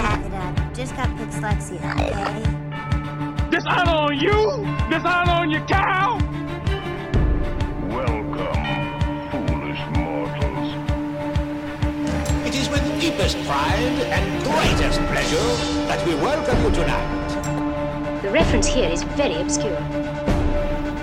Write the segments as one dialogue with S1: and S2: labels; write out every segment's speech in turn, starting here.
S1: uh, just got dyslexia, okay?
S2: Dishonor on you? Dishonor on your cow?
S3: Welcome, foolish mortals.
S4: It is with deepest pride and greatest pleasure that we welcome you tonight.
S1: The reference here is very obscure.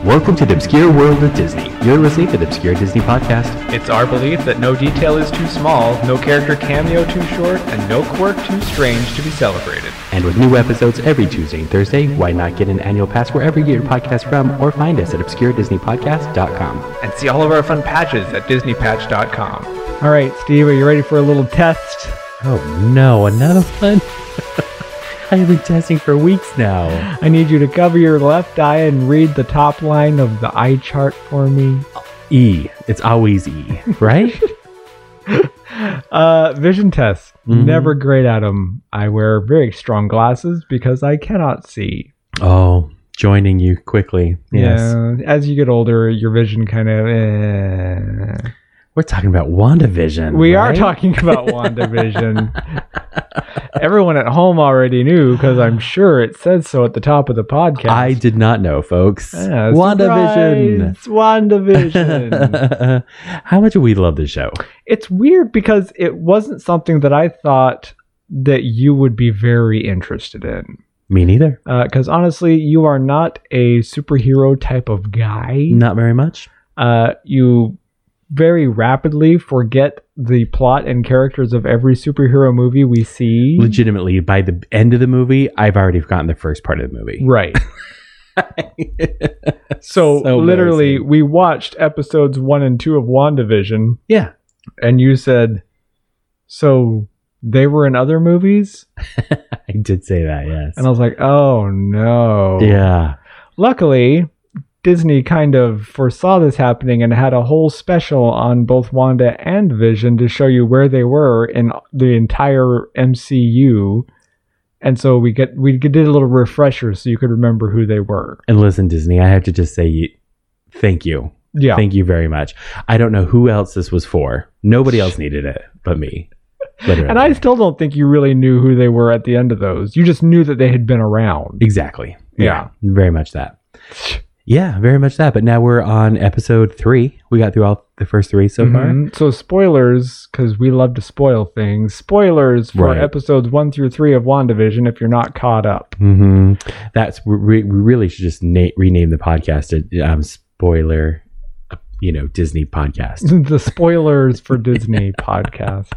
S5: Welcome to the obscure world of Disney. You're listening to the Obscure Disney Podcast.
S6: It's our belief that no detail is too small, no character cameo too short, and no quirk too strange to be celebrated.
S5: And with new episodes every Tuesday and Thursday, why not get an annual pass wherever you get your podcast from or find us at obscuredisneypodcast.com.
S6: And see all of our fun patches at DisneyPatch.com.
S7: All right, Steve, are you ready for a little test?
S5: Oh no, another one? I've been testing for weeks now.
S7: I need you to cover your left eye and read the top line of the eye chart for me.
S5: E. It's always E, right?
S7: Uh, vision test.
S5: Mhm.
S7: Never great at them. I wear very strong glasses because I cannot see.
S5: oh, joining you quickly. Yes.
S7: Yeah, as you get older, your vision kind of. eh.
S5: We're talking about WandaVision.
S7: We are
S5: right?
S7: talking about WandaVision. Everyone at home already knew because I'm sure it says so at the top of the podcast.
S5: I did not know, folks.
S7: Yeah,
S5: WandaVision.
S7: Ah, surprise, WandaVision.
S5: How much do we love this show?
S7: it's weird because it wasn't something that I thought that you would be very interested in.
S5: Me neither.
S7: Because honestly, you are not a superhero type of guy.
S5: Not very much.
S7: Uh, you very rapidly forget the plot and characters of every superhero movie we see.
S5: Legitimately, by the end of the movie, I've already forgotten the first part of the movie.
S7: Right. So,
S5: So
S7: literally,
S5: embarrassing.
S7: we watched episodes one and two of WandaVision,
S5: yeah.
S7: and you said, So they were in other movies?
S5: I did say that, yes.
S7: And I was like, Oh no.
S5: yeah.
S7: Luckily, Disney kind of foresaw this happening and had a whole special on both Wanda and Vision to show you where they were in the entire MCU. And so we get we did a little refresher so you could remember who they were.
S5: And listen, Disney, I have to just say you, thank you.
S7: Yeah.
S5: Thank you very much. I don't know who else this was for. Nobody else needed it but me. Literally.
S7: and I still don't think you really knew who they were at the end of those. You just knew that they had been around.
S5: Exactly.
S7: Yeah.
S5: Very much that. Yeah, very much that. But now we're on episode three. We got through all the first three so far.
S7: Mhm. So spoilers, because we love to spoil things. Spoilers for
S5: Right.
S7: episodes one through three of WandaVision if you're not caught up.
S5: hmm That's we, we really should just na- rename the podcast to um, spoiler, you know, Disney podcast.
S7: the spoilers for Disney podcast.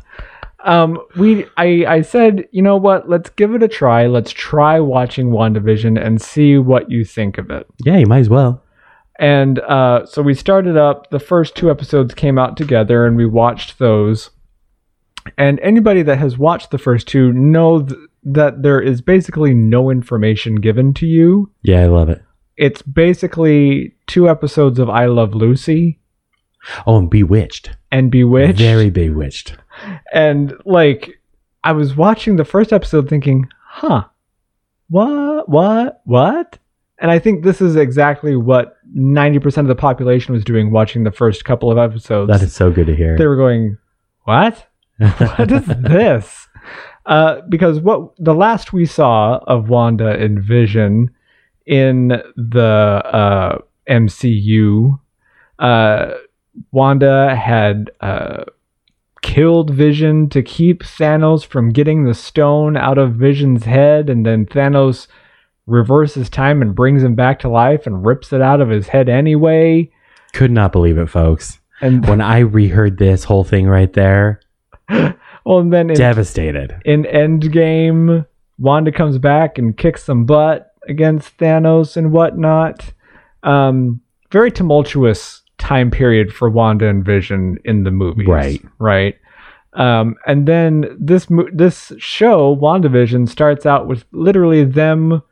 S7: Um, we I I said, you know what, let's give it a try. Let's try watching WandaVision and see what you think of it.
S5: yeah, you might as well.
S7: And uh, so we started up. The first two episodes came out together, and we watched those. And anybody that has watched the first two know th- that there is basically no information given to you.
S5: Yeah, I love it.
S7: It's basically two episodes of I Love Lucy
S5: Oh, and Bewitched.
S7: and Bewitched.
S5: Very Bewitched.
S7: And like, I was watching the first episode thinking, huh, what, what, what? And I think this is exactly what 90% of the population was doing watching the first couple of episodes.
S5: That is so good to hear.
S7: They were going, what? What is this? Uh, because what the last we saw of Wanda and Vision in the uh, MCU, uh, Wanda had uh, killed Vision to keep Thanos from getting the stone out of Vision's head, and then Thanos reverses time and brings him back to life and rips it out of his head anyway.
S5: Could not believe it, folks.
S7: And
S5: When I reheard this whole thing right there,
S7: well, and then in
S5: devastated.
S7: in Endgame, Wanda comes back and kicks some butt against Thanos and whatnot. Um, very tumultuous time period for Wanda and Vision in the movies.
S5: Right.
S7: Right. Um, and then this mo- this show, WandaVision, starts out with literally them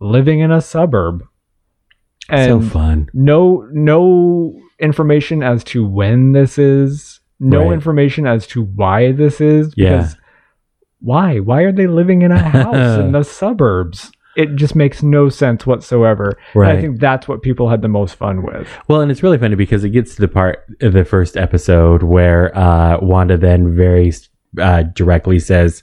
S7: living in a suburb.
S5: so fun.
S7: No, no information as to when this is. No
S5: Right.
S7: information as to why this is.
S5: Yeah.
S7: Because why? Why are they living in a house in the suburbs? It just makes no sense whatsoever. And I
S5: Right.
S7: think that's what people had the most fun with.
S5: Well, and it's really funny because it gets to the part of the first episode where uh, Wanda then very uh, directly says,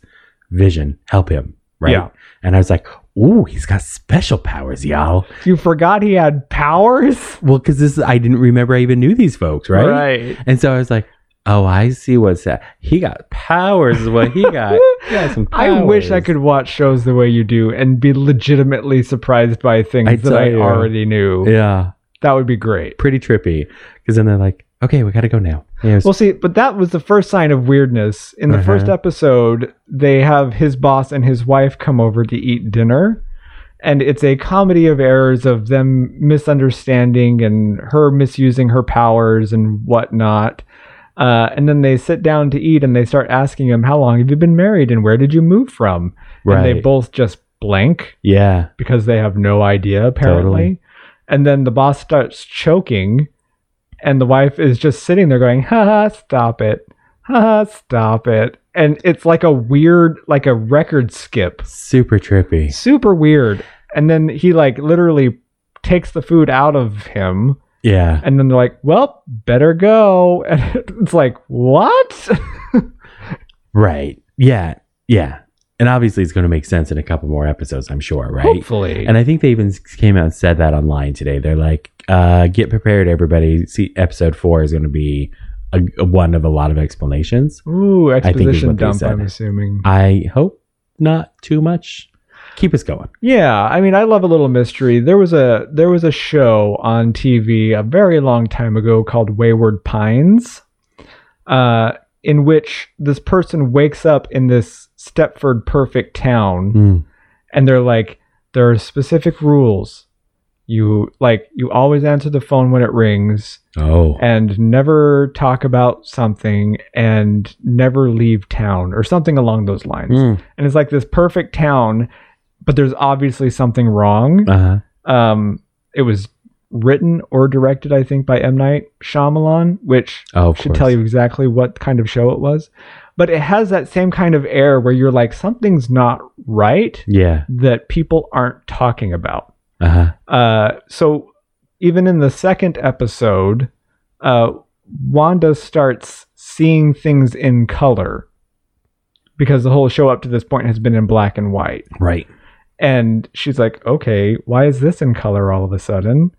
S5: Vision, help him. right?
S7: Yeah.
S5: And I was like, "Ooh, he's got special powers, y'all."
S7: You forgot he had powers?
S5: Well, because this I didn't remember I even knew these folks, right?
S7: Right.
S5: And so I was like, "Oh, I see what's that. He got powers. Is what he got? he got some
S7: I wish I
S5: powers."
S7: could watch shows the way you do and be legitimately surprised by things
S5: I
S7: that
S5: tell
S7: I
S5: you.
S7: already knew.
S5: Yeah,
S7: That would be great.
S5: pretty trippy. Because then they're like, "Okay, we got to go now." And it was-
S7: Well, see, but that was the first sign of weirdness. In the first
S5: Uh-huh.
S7: episode, they have his boss and his wife come over to eat dinner. And it's a comedy of errors of them misunderstanding and her misusing her powers and whatnot. Uh, and then they sit down to eat and they start asking him, How long have you been married and where did you move from? And they
S5: Right.
S7: both just blank
S5: yeah,
S7: because they have no idea apparently.
S5: Totally.
S7: And then the boss starts choking, and the wife is just sitting there going, "Ha ha, stop it, ha ha, stop it." And it's like a weird, like a record skip,
S5: super trippy.
S7: super weird. And then he like literally takes the food out of him,
S5: Yeah.
S7: and then they're like, "Well, better go." And it's like, "What?"
S5: Right. Yeah. Yeah. And obviously, it's going to make sense in a couple more episodes, I'm sure, right?
S7: Hopefully,
S5: And I think they even came out and said that online today. They're like, uh, "Get prepared, everybody. See, episode four is going to be a, a one of a lot of explanations."
S7: ooh,
S5: think is
S7: exposition
S5: what they
S7: dump.
S5: said.
S7: I'm assuming.
S5: I hope not too much. Keep us going.
S7: Yeah, I mean, I love a little mystery. There was a there was a show on TV a very long time ago called Wayward Pines, uh, in which this person wakes up in this Stepford perfect town,
S5: Mm.
S7: and they're like, there are specific rules. You like you always answer the phone when it rings,
S5: Oh,
S7: and never talk about something, and never leave town, or something along those lines.
S5: Mm.
S7: And it's like this perfect town, but there's obviously something wrong.
S5: uh huh.
S7: Um, it was written or directed, I think, by M. Night Shyamalan, which
S5: Oh, of
S7: should tell
S5: course.
S7: you exactly what kind of show it was. But it has that same kind of air where you're like, something's not right
S5: Yeah.
S7: that people aren't talking about.
S5: Uh huh.
S7: Uh, so even in the second episode, uh, Wanda starts seeing things in color because the whole show up to this point has been in black and white.
S5: Right.
S7: And she's like, okay, why is this in color all of a sudden?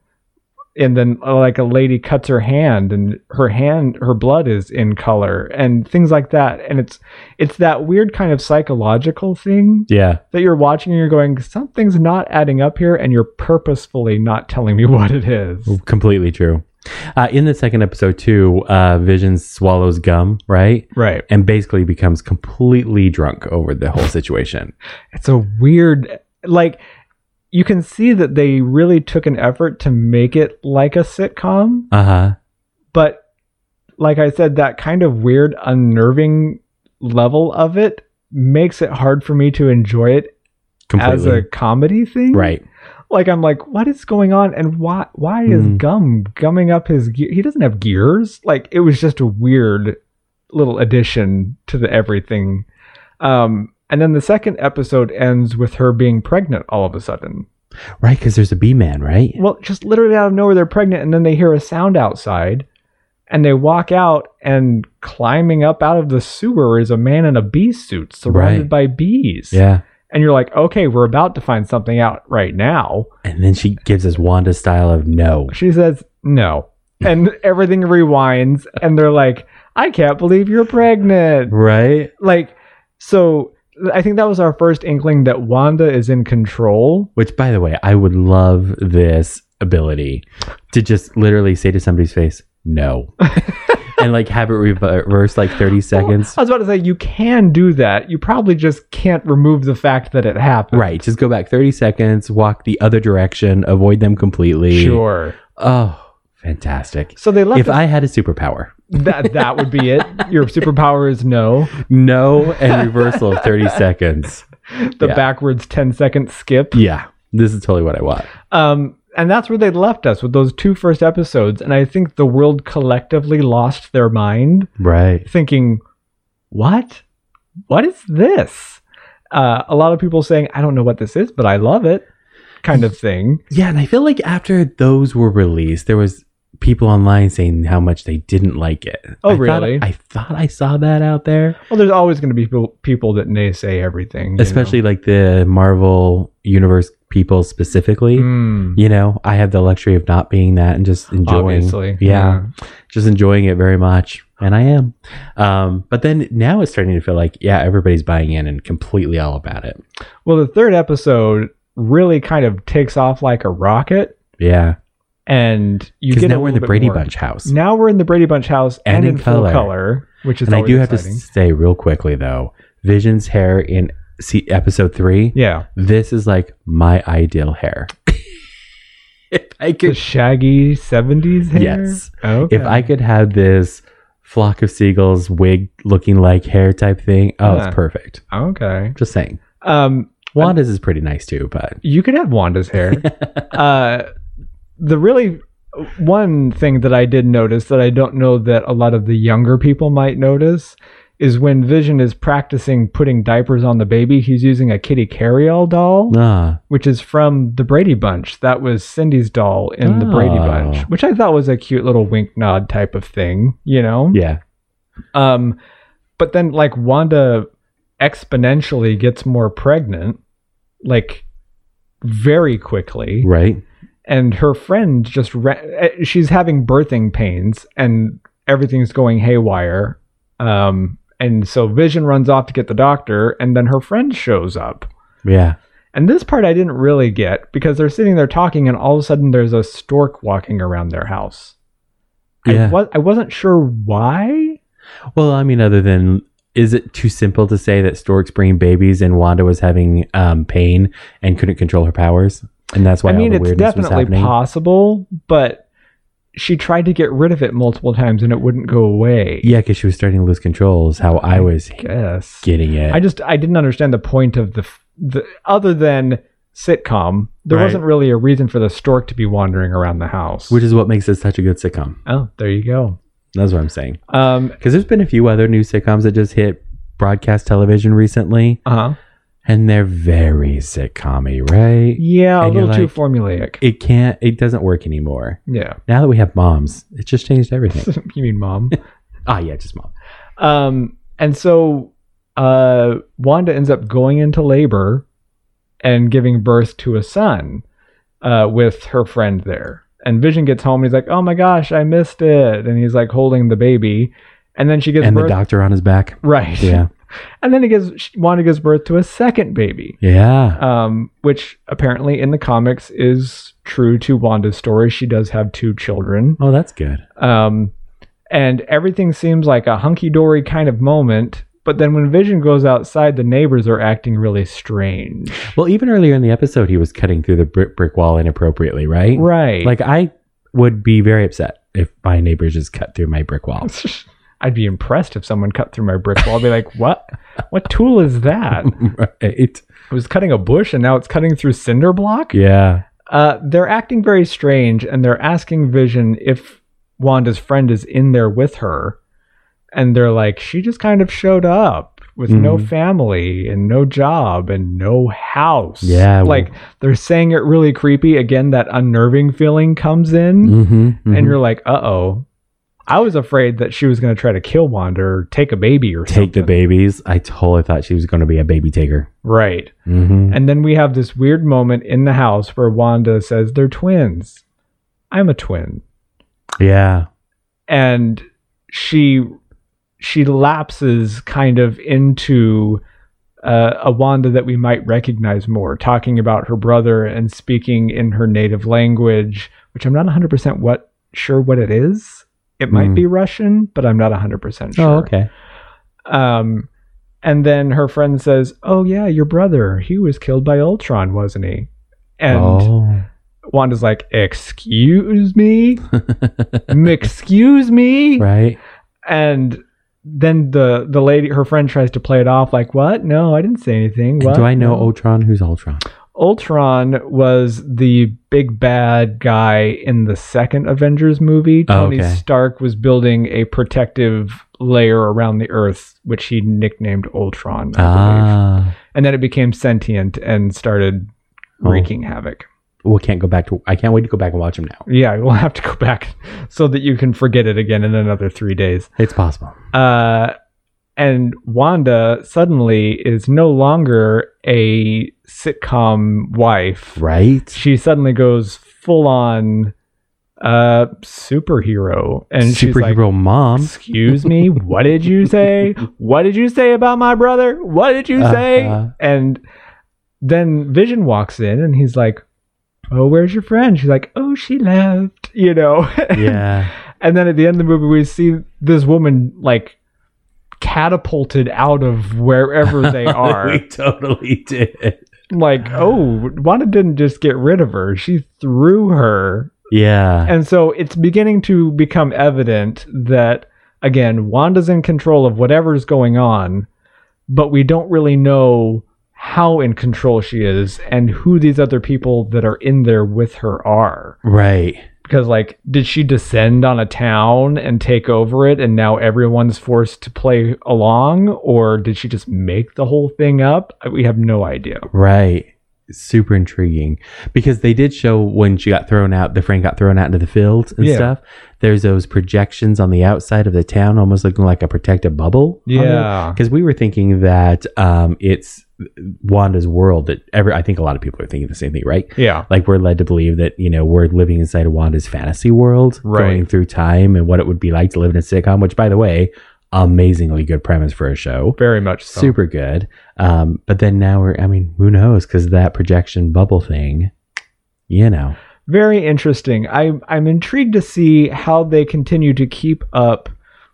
S7: And then, uh, like, a lady cuts her hand, and her hand, her blood is in color, and things like that. And it's, it's that weird kind of psychological thing
S5: Yeah.
S7: that you're watching and you're going, something's not adding up here, and you're purposefully not telling me what it is.
S5: Completely true. Uh, in the second episode, too, uh, Vision swallows gum, right?
S7: Right.
S5: and basically becomes completely drunk over the whole situation.
S7: It's a weird, like, you can see that they really took an effort to make it like a sitcom,
S5: Uh huh.
S7: but like I said, that kind of weird, unnerving level of it makes it hard for me to enjoy it
S5: Completely.
S7: as a comedy thing.
S5: right.
S7: Like I'm like, what is going on, and why? Why is
S5: Mm.
S7: Gum gumming up his? Ge- he doesn't have gears. Like it was just a weird little addition to the everything. Um, and then the second episode ends with her being pregnant all of a sudden.
S5: Right. Because there's a B man, right?
S7: Well, just literally out of nowhere, they're pregnant, and then they hear a sound outside, and they walk out, and climbing up out of the sewer is a man in a bee suit surrounded
S5: Right.
S7: by bees.
S5: Yeah.
S7: And you're like, okay, we're about to find something out right now.
S5: And then she gives us Wanda style of no.
S7: She says, no.
S5: Hmm.
S7: And everything rewinds, and they're like, I can't believe you're pregnant.
S5: Hmm. Right.
S7: Like, so I think that was our first inkling that Wanda is in control.
S5: Which, by the way, I would love this ability to just literally say to somebody's face, no. and like have it reverse like 30 seconds.
S7: I was about to say, you can do that. You probably just can't remove the fact that it happened.
S5: Right. Just go back 30 seconds, walk the other direction, avoid them completely.
S7: Sure.
S5: Oh, fantastic.
S7: So they left.
S5: If
S7: us-
S5: I had a superpower,
S7: that, that would be it. Your superpower is no.
S5: no and reversal of 30 seconds.
S7: The
S5: Yeah.
S7: backwards 10 second skip.
S5: Yeah, this is totally what I want.
S7: Um, and that's where they left us with those two first episodes. And I think the world collectively lost their mind,
S5: Right.
S7: thinking, what? What is this? Uh, a lot of people saying, I don't know what this is, but I love it, kind of thing.
S5: Yeah, and I feel like after those were released, there was people online saying how much they didn't like it.
S7: Oh,
S5: I thought-
S7: really?
S5: I thought I saw that out there,
S7: Well, there's always going to be people, people that naysay everything, you know?
S5: especially like the Marvel Universe people specifically.
S7: Mm,
S5: You know, I have the luxury of not being that and just enjoying.
S7: obviously,
S5: yeah. just enjoying it very much and i am um, but then now it's starting to feel like yeah everybody's buying in and completely all about it
S7: Well, the third episode really kind of takes off like a rocket,
S5: yeah
S7: and you
S5: because
S7: get
S5: now
S7: a
S5: we're in the
S7: little bit
S5: brady
S7: more.
S5: bunch house
S7: Now we're in the Brady Bunch house and,
S5: And
S7: in,
S5: in
S7: full
S5: color.
S7: color, which is
S5: and i
S7: always
S5: do have to
S7: exciting.
S5: say real quickly though vision's hair in see, episode three
S7: yeah,
S5: this is like my ideal hair if i
S7: the
S5: could
S7: shaggy '70s hair.
S5: Yes.
S7: okay.
S5: if i could have this flock of seagulls wig looking like hair type thing oh
S7: Huh.
S5: it's perfect
S7: okay,
S5: just saying
S7: um,
S5: wanda's is pretty nice too but
S7: you could have Wanda's hair. uh, the really one thing that I did notice that I don't know that a lot of the younger people might notice is when Vision is practicing putting diapers on the baby, he's using a kitty carryall doll,
S5: ah
S7: which is from the Brady Bunch. That was Cindy's doll in the Brady
S5: Oh.
S7: Bunch, which I thought was a cute little wink nod type of thing, you know?
S5: yeah
S7: Um, but then like Wanda exponentially gets more pregnant, like very quickly,
S5: right
S7: and her friend just ra- eh, she's having birthing pains and everything's going haywire. Um, and so Vision runs off to get the doctor, and then her friend shows up.
S5: yeah
S7: And this part I didn't really get because they're sitting there talking, and all of a sudden there's a stork walking around their house. I,
S5: Yeah.
S7: was, I wasn't sure why.
S5: Well, I mean, other than is it too simple to say that storks bring babies and Wanda was having um, pain and couldn't control her powers, and that's why
S7: I mean,
S5: all the
S7: it's
S5: weirdness was
S7: definitely
S5: happening.
S7: possible, but she tried to get rid of it multiple times and it wouldn't go away.
S5: yeah, because she was starting to lose control. Is how I was
S7: Yes.
S5: getting it.
S7: I just I didn't understand the point of the f- the other than sitcom. There
S5: Right.
S7: wasn't really a reason for the stork to be wandering around the house.
S5: which is what makes it such a good sitcom.
S7: oh, there you go.
S5: That's what I'm saying.
S7: Um.
S5: Because there's been a few other new sitcoms that just hit broadcast television recently,
S7: Uh huh.
S5: and they're very sitcom-y, right?
S7: Yeah, a
S5: And you're
S7: little too
S5: like-
S7: formulaic.
S5: It can't. It doesn't work anymore.
S7: Yeah.
S5: Now that we have moms, it just changed everything.
S7: you mean mom?
S5: ah, yeah, just mom.
S7: Um, and so uh, Wanda ends up going into labor and giving birth to a son uh, with her friend there. And Vision gets home and he's like, "Oh my gosh, I missed it!" And he's like holding the baby, and then she gives
S5: And the
S7: birth.
S5: doctor on his back.
S7: right.
S5: Yeah,
S7: And then he gives she- Wanda gives birth to a second baby,
S5: yeah.
S7: um, which apparently in the comics is true to Wanda's story. She does have two children.
S5: Oh, that's good.
S7: Um, and everything seems like a hunky dory kind of moment. But then when Vision goes outside, the neighbors are acting really strange.
S5: Well, even earlier in the episode, he was cutting through the brick, brick wall inappropriately, right?
S7: Right.
S5: Like, I would be very upset if my neighbor just cut through my brick wall.
S7: I'd be impressed if someone cut through my brick wall. I'd be like, what? What tool is that?
S5: right.
S7: It was cutting a bush and now it's cutting through cinder block?
S5: Yeah.
S7: Uh, they're acting very strange and they're asking Vision if Wanda's friend is in there with her. And they're like, she just kind of showed up with no
S5: Mhm.
S7: family and no job and no house.
S5: Yeah, well-
S7: Like they're saying it really creepy. Again, that unnerving feeling comes in
S5: Mm-hmm,
S7: and you're like, uh oh. I was afraid that she was going to try to kill Wanda or take a baby or
S5: Take the
S7: something.
S5: babies. I totally thought she was going to be a baby taker.
S7: Right.
S5: Mm-hmm.
S7: And then we have this weird moment in the house where Wanda says they're twins. I'm a twin. Oh,
S5: Yeah.
S7: And she she lapses kind of into uh, a Wanda that we might recognize more, talking about her brother and speaking in her native language, which I'm not 100% what sure what it is. It might
S5: Mm.
S7: be Russian, but I'm not 100% sure.
S5: Oh, okay.
S7: Um, and then her friend says, "Oh yeah, your brother. He was killed by Ultron, wasn't he?" And
S5: oh.
S7: Wanda's like, "Excuse me, excuse me."
S5: Right.
S7: And then the the lady, her friend, tries to play it off like, "What? No, I didn't say anything." What?
S5: Do I know
S7: No."
S5: Ultron? Who's Ultron?
S7: Ultron was the big bad guy in the second Avengers movie.
S5: Oh,
S7: Tony
S5: okay.
S7: Stark was building a protective layer around the Earth, which he nicknamed Ultron. I
S5: Ah.
S7: believe. and then it became sentient and started
S5: Oh.
S7: wreaking havoc.
S5: well, can't go back to. I can't wait to go back and watch them now.
S7: Yeah, we'll have to go back so that you can forget it again in another three days.
S5: It's possible.
S7: Uh, and Wanda suddenly is no longer a sitcom wife.
S5: Right?
S7: She suddenly goes full on uh, superhero, and she's like,
S5: Superhero mom.
S7: excuse me what did you say what did you say about my brother what did you say
S5: Uh-huh.
S7: and then vision walks in and he's like oh where's your friend she's like oh she left you know
S5: Yeah.
S7: and then at the end of the movie we see this woman like catapulted out of wherever they are
S5: we totally did.
S7: like oh wanda didn't just get rid of her she threw her
S5: Yeah.
S7: and so it's beginning to become evident that, again, Wanda's in control of whatever's going on, but we don't really know how in control she is and who these other people that are in there with her are.
S5: right.
S7: Because, like, did she descend on a town and take over it and now everyone's forced to play along? Or did she just make the whole thing up? We have no idea.
S5: Right. Super intriguing because they did show when she got thrown out, the friend got thrown out into the fields and
S7: Yeah.
S5: stuff. There's those projections on the outside of the town, almost looking like a protective bubble.
S7: Yeah.
S5: Because we were thinking that um, it's Wanda's world that every, I think a lot of people are thinking the same thing, right?
S7: Yeah.
S5: Like we're led to believe that, you know, we're living inside of Wanda's fantasy world, going
S7: Right.
S5: through time and what it would be like to live in a sitcom, which, by the way, amazingly good premise for a show
S7: Very much so.
S5: super good. Um, but then now we're, I mean, who knows? Because that projection bubble thing, you know,
S7: very interesting. I, I'm intrigued to see how they continue to keep up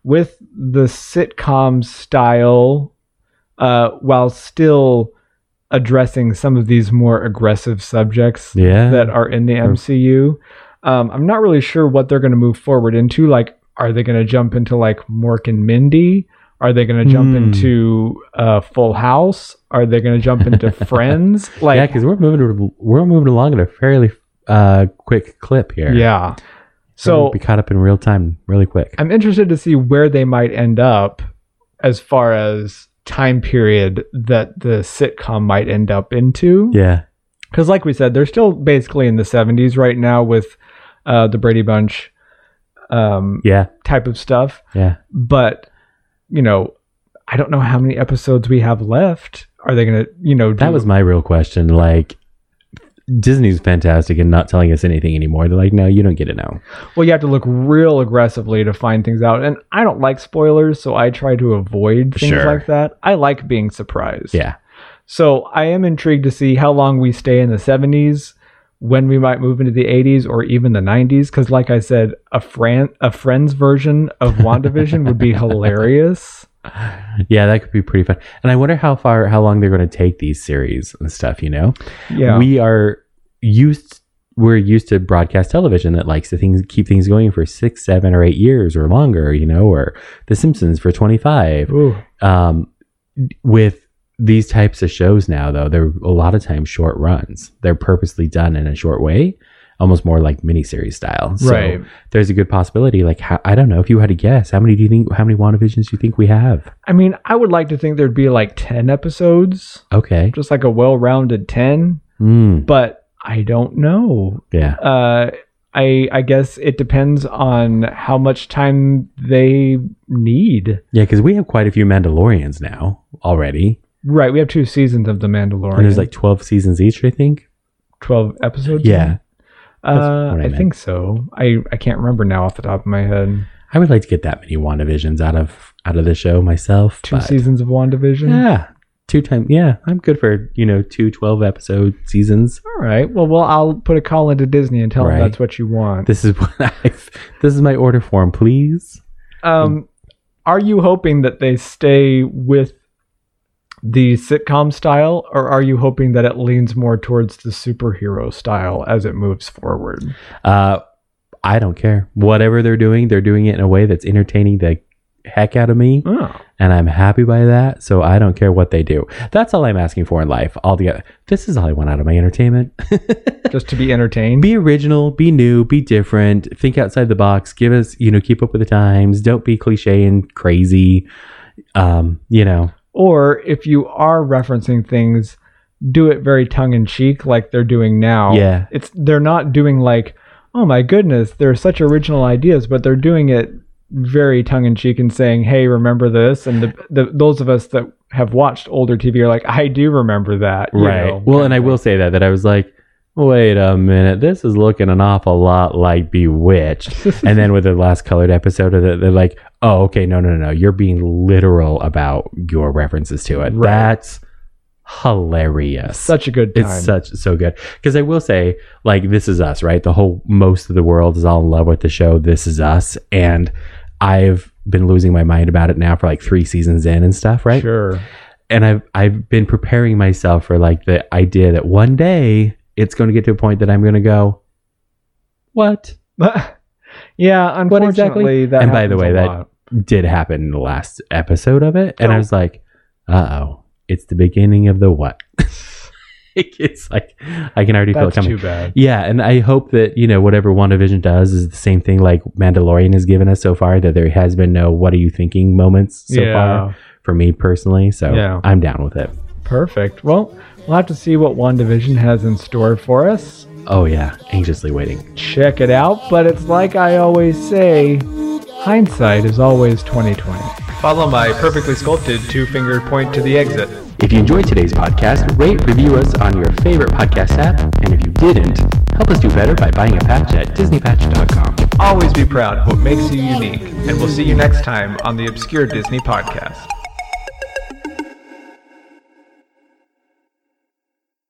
S7: with the sitcom style uh, while still addressing some of these more aggressive subjects
S5: yeah,
S7: that are in the MCU. Um, I'm not really sure what they're going to move forward into. Like, are they going to jump into like Mork and Mindy? Are they going to jump
S5: Hmm.
S7: into uh, Full House? Are they going to jump into Friends? Like,
S5: yeah, because we're moving, we're moving along at a fairly uh, quick clip here.
S7: yeah.
S5: so
S7: So
S5: be caught up in real time really quick.
S7: I'm interested to see where they might end up as far as time period that the sitcom might end up into.
S5: yeah,
S7: Because, like we said, they're still basically in the 70s right now with uh, the Brady Bunch um,
S5: yeah,
S7: type of stuff.
S5: yeah.
S7: But, you know, I don't know how many episodes we have left. Are they going to, you know, do,
S5: That was my real question. Like, Disney's fantastic and not telling us anything anymore. They're like, no, you don't get to know.
S7: well, you have to look real aggressively to find things out. And I don't like spoilers, so I try to avoid things
S5: Sure.
S7: like that. I like being surprised.
S5: Yeah,
S7: So I am intrigued to see how long we stay in the 70s, when we might move into the 80s or even the 90s. Because, like I said, a Fran- a Friends version of WandaVision would be hilarious.
S5: yeah, that could be pretty fun. And I wonder how far, how long they're going to take these series and stuff. You know,
S7: Yeah,
S5: we are used we're used to broadcast television that likes to things keep things going for six seven or eight years or longer you know or the simpsons for 25
S7: Ooh,
S5: um, with these types of shows now though they're a lot of times short runs they're purposely done in a short way almost more like miniseries style so
S7: Right.
S5: there's a good possibility like how, i don't know if you had to guess how many do you think how many wandavisions do you think we have
S7: I mean, I would like to think there'd be like 10 episodes,
S5: okay
S7: just like a well-rounded 10.
S5: Mm,
S7: But I don't know.
S5: yeah
S7: Uh, I I guess it depends on how much time they need.
S5: yeah because we have quite a few mandalorians now already
S7: Right, we have two seasons of The Mandalorian.
S5: And there's like 12 seasons each, I think.
S7: 12 episodes.
S5: Yeah.
S7: Uh,
S5: what I
S7: I,
S5: meant.
S7: think so. I, I can't remember now off the top of my head.
S5: I would like to get that many WandaVisions out of out of the show myself.
S7: Two
S5: but-
S7: seasons of WandaVision.
S5: Yeah. Two time. Yeah. I'm good for, you know, two 12 episode seasons.
S7: All right. Well, well, I'll put a call into Disney and tell
S5: Right.
S7: them that's what you want.
S5: This is what I've, this is my order form, please.
S7: Um, are you hoping that they stay with the sitcom style, or are you hoping that it leans more towards the superhero style as it moves forward?
S5: Uh, I don't care. Whatever they're doing, they're doing it in a way that's entertaining the heck out of me.
S7: Oh,
S5: And I'm happy by that. So I don't care what they do. That's all I'm asking for in life. Altogether. This is all I want out of my entertainment.
S7: just to be entertained.
S5: be original, be new, be different, think outside the box, give us, you know, keep up with the times, don't be cliche and crazy. Um, you know,
S7: or if you are referencing things do it very tongue in cheek, like they're doing now.
S5: Yeah.
S7: it's they're not doing like, oh my goodness, there are such original ideas, but they're doing it very tongue in cheek and saying, hey, remember this? And the, the those of us that have watched older TV are like, I do remember that. you
S5: right.
S7: know,
S5: well,
S7: kind
S5: and I
S7: of
S5: will say that that I was like, wait a minute, this is looking an awful lot like Bewitched. and then with the last colored episode, of it, they're like, oh, okay, no, no, no, you're being literal about your references to it.
S7: Right.
S5: That's hilarious.
S7: such a good time.
S5: it's such so good because I will say like this is us right the whole most of the world is all in love with the show this is us and I've been losing my mind about it now for like three seasons in and stuff right
S7: Sure.
S5: and I've I've been preparing myself for like the idea that one day it's going to get to a point that I'm going to go, what
S7: yeah, unfortunately,
S5: What exactly?
S7: that
S5: And by the
S7: happens
S5: way,
S7: a
S5: that-
S7: lot.
S5: did happen in the last episode of it, and
S7: Oh.
S5: I was like, uh oh, it's the beginning of the what? it's like I can already feel it
S7: that's
S5: coming.
S7: too bad.
S5: Yeah, and I hope that you know whatever WandaVision does is the same thing like Mandalorian has given us so far. That there has been no "What are you thinking?" moments so
S7: Yeah.
S5: far for me personally. So
S7: Yeah.
S5: I'm down with it.
S7: Perfect. Well, we'll have to see what WandaVision has in store for us.
S5: Oh yeah, anxiously waiting.
S7: Check it out, but it's like I always say, hindsight is always 2020.
S6: Follow my perfectly sculpted two finger point to the exit.
S5: If you enjoyed today's podcast, rate, review us on your favorite podcast app, and if you didn't, help us do better by buying a patch at disneypatch.com.
S6: Always be proud of what makes you unique, and we'll see you next time on the Obscure Disney Podcast.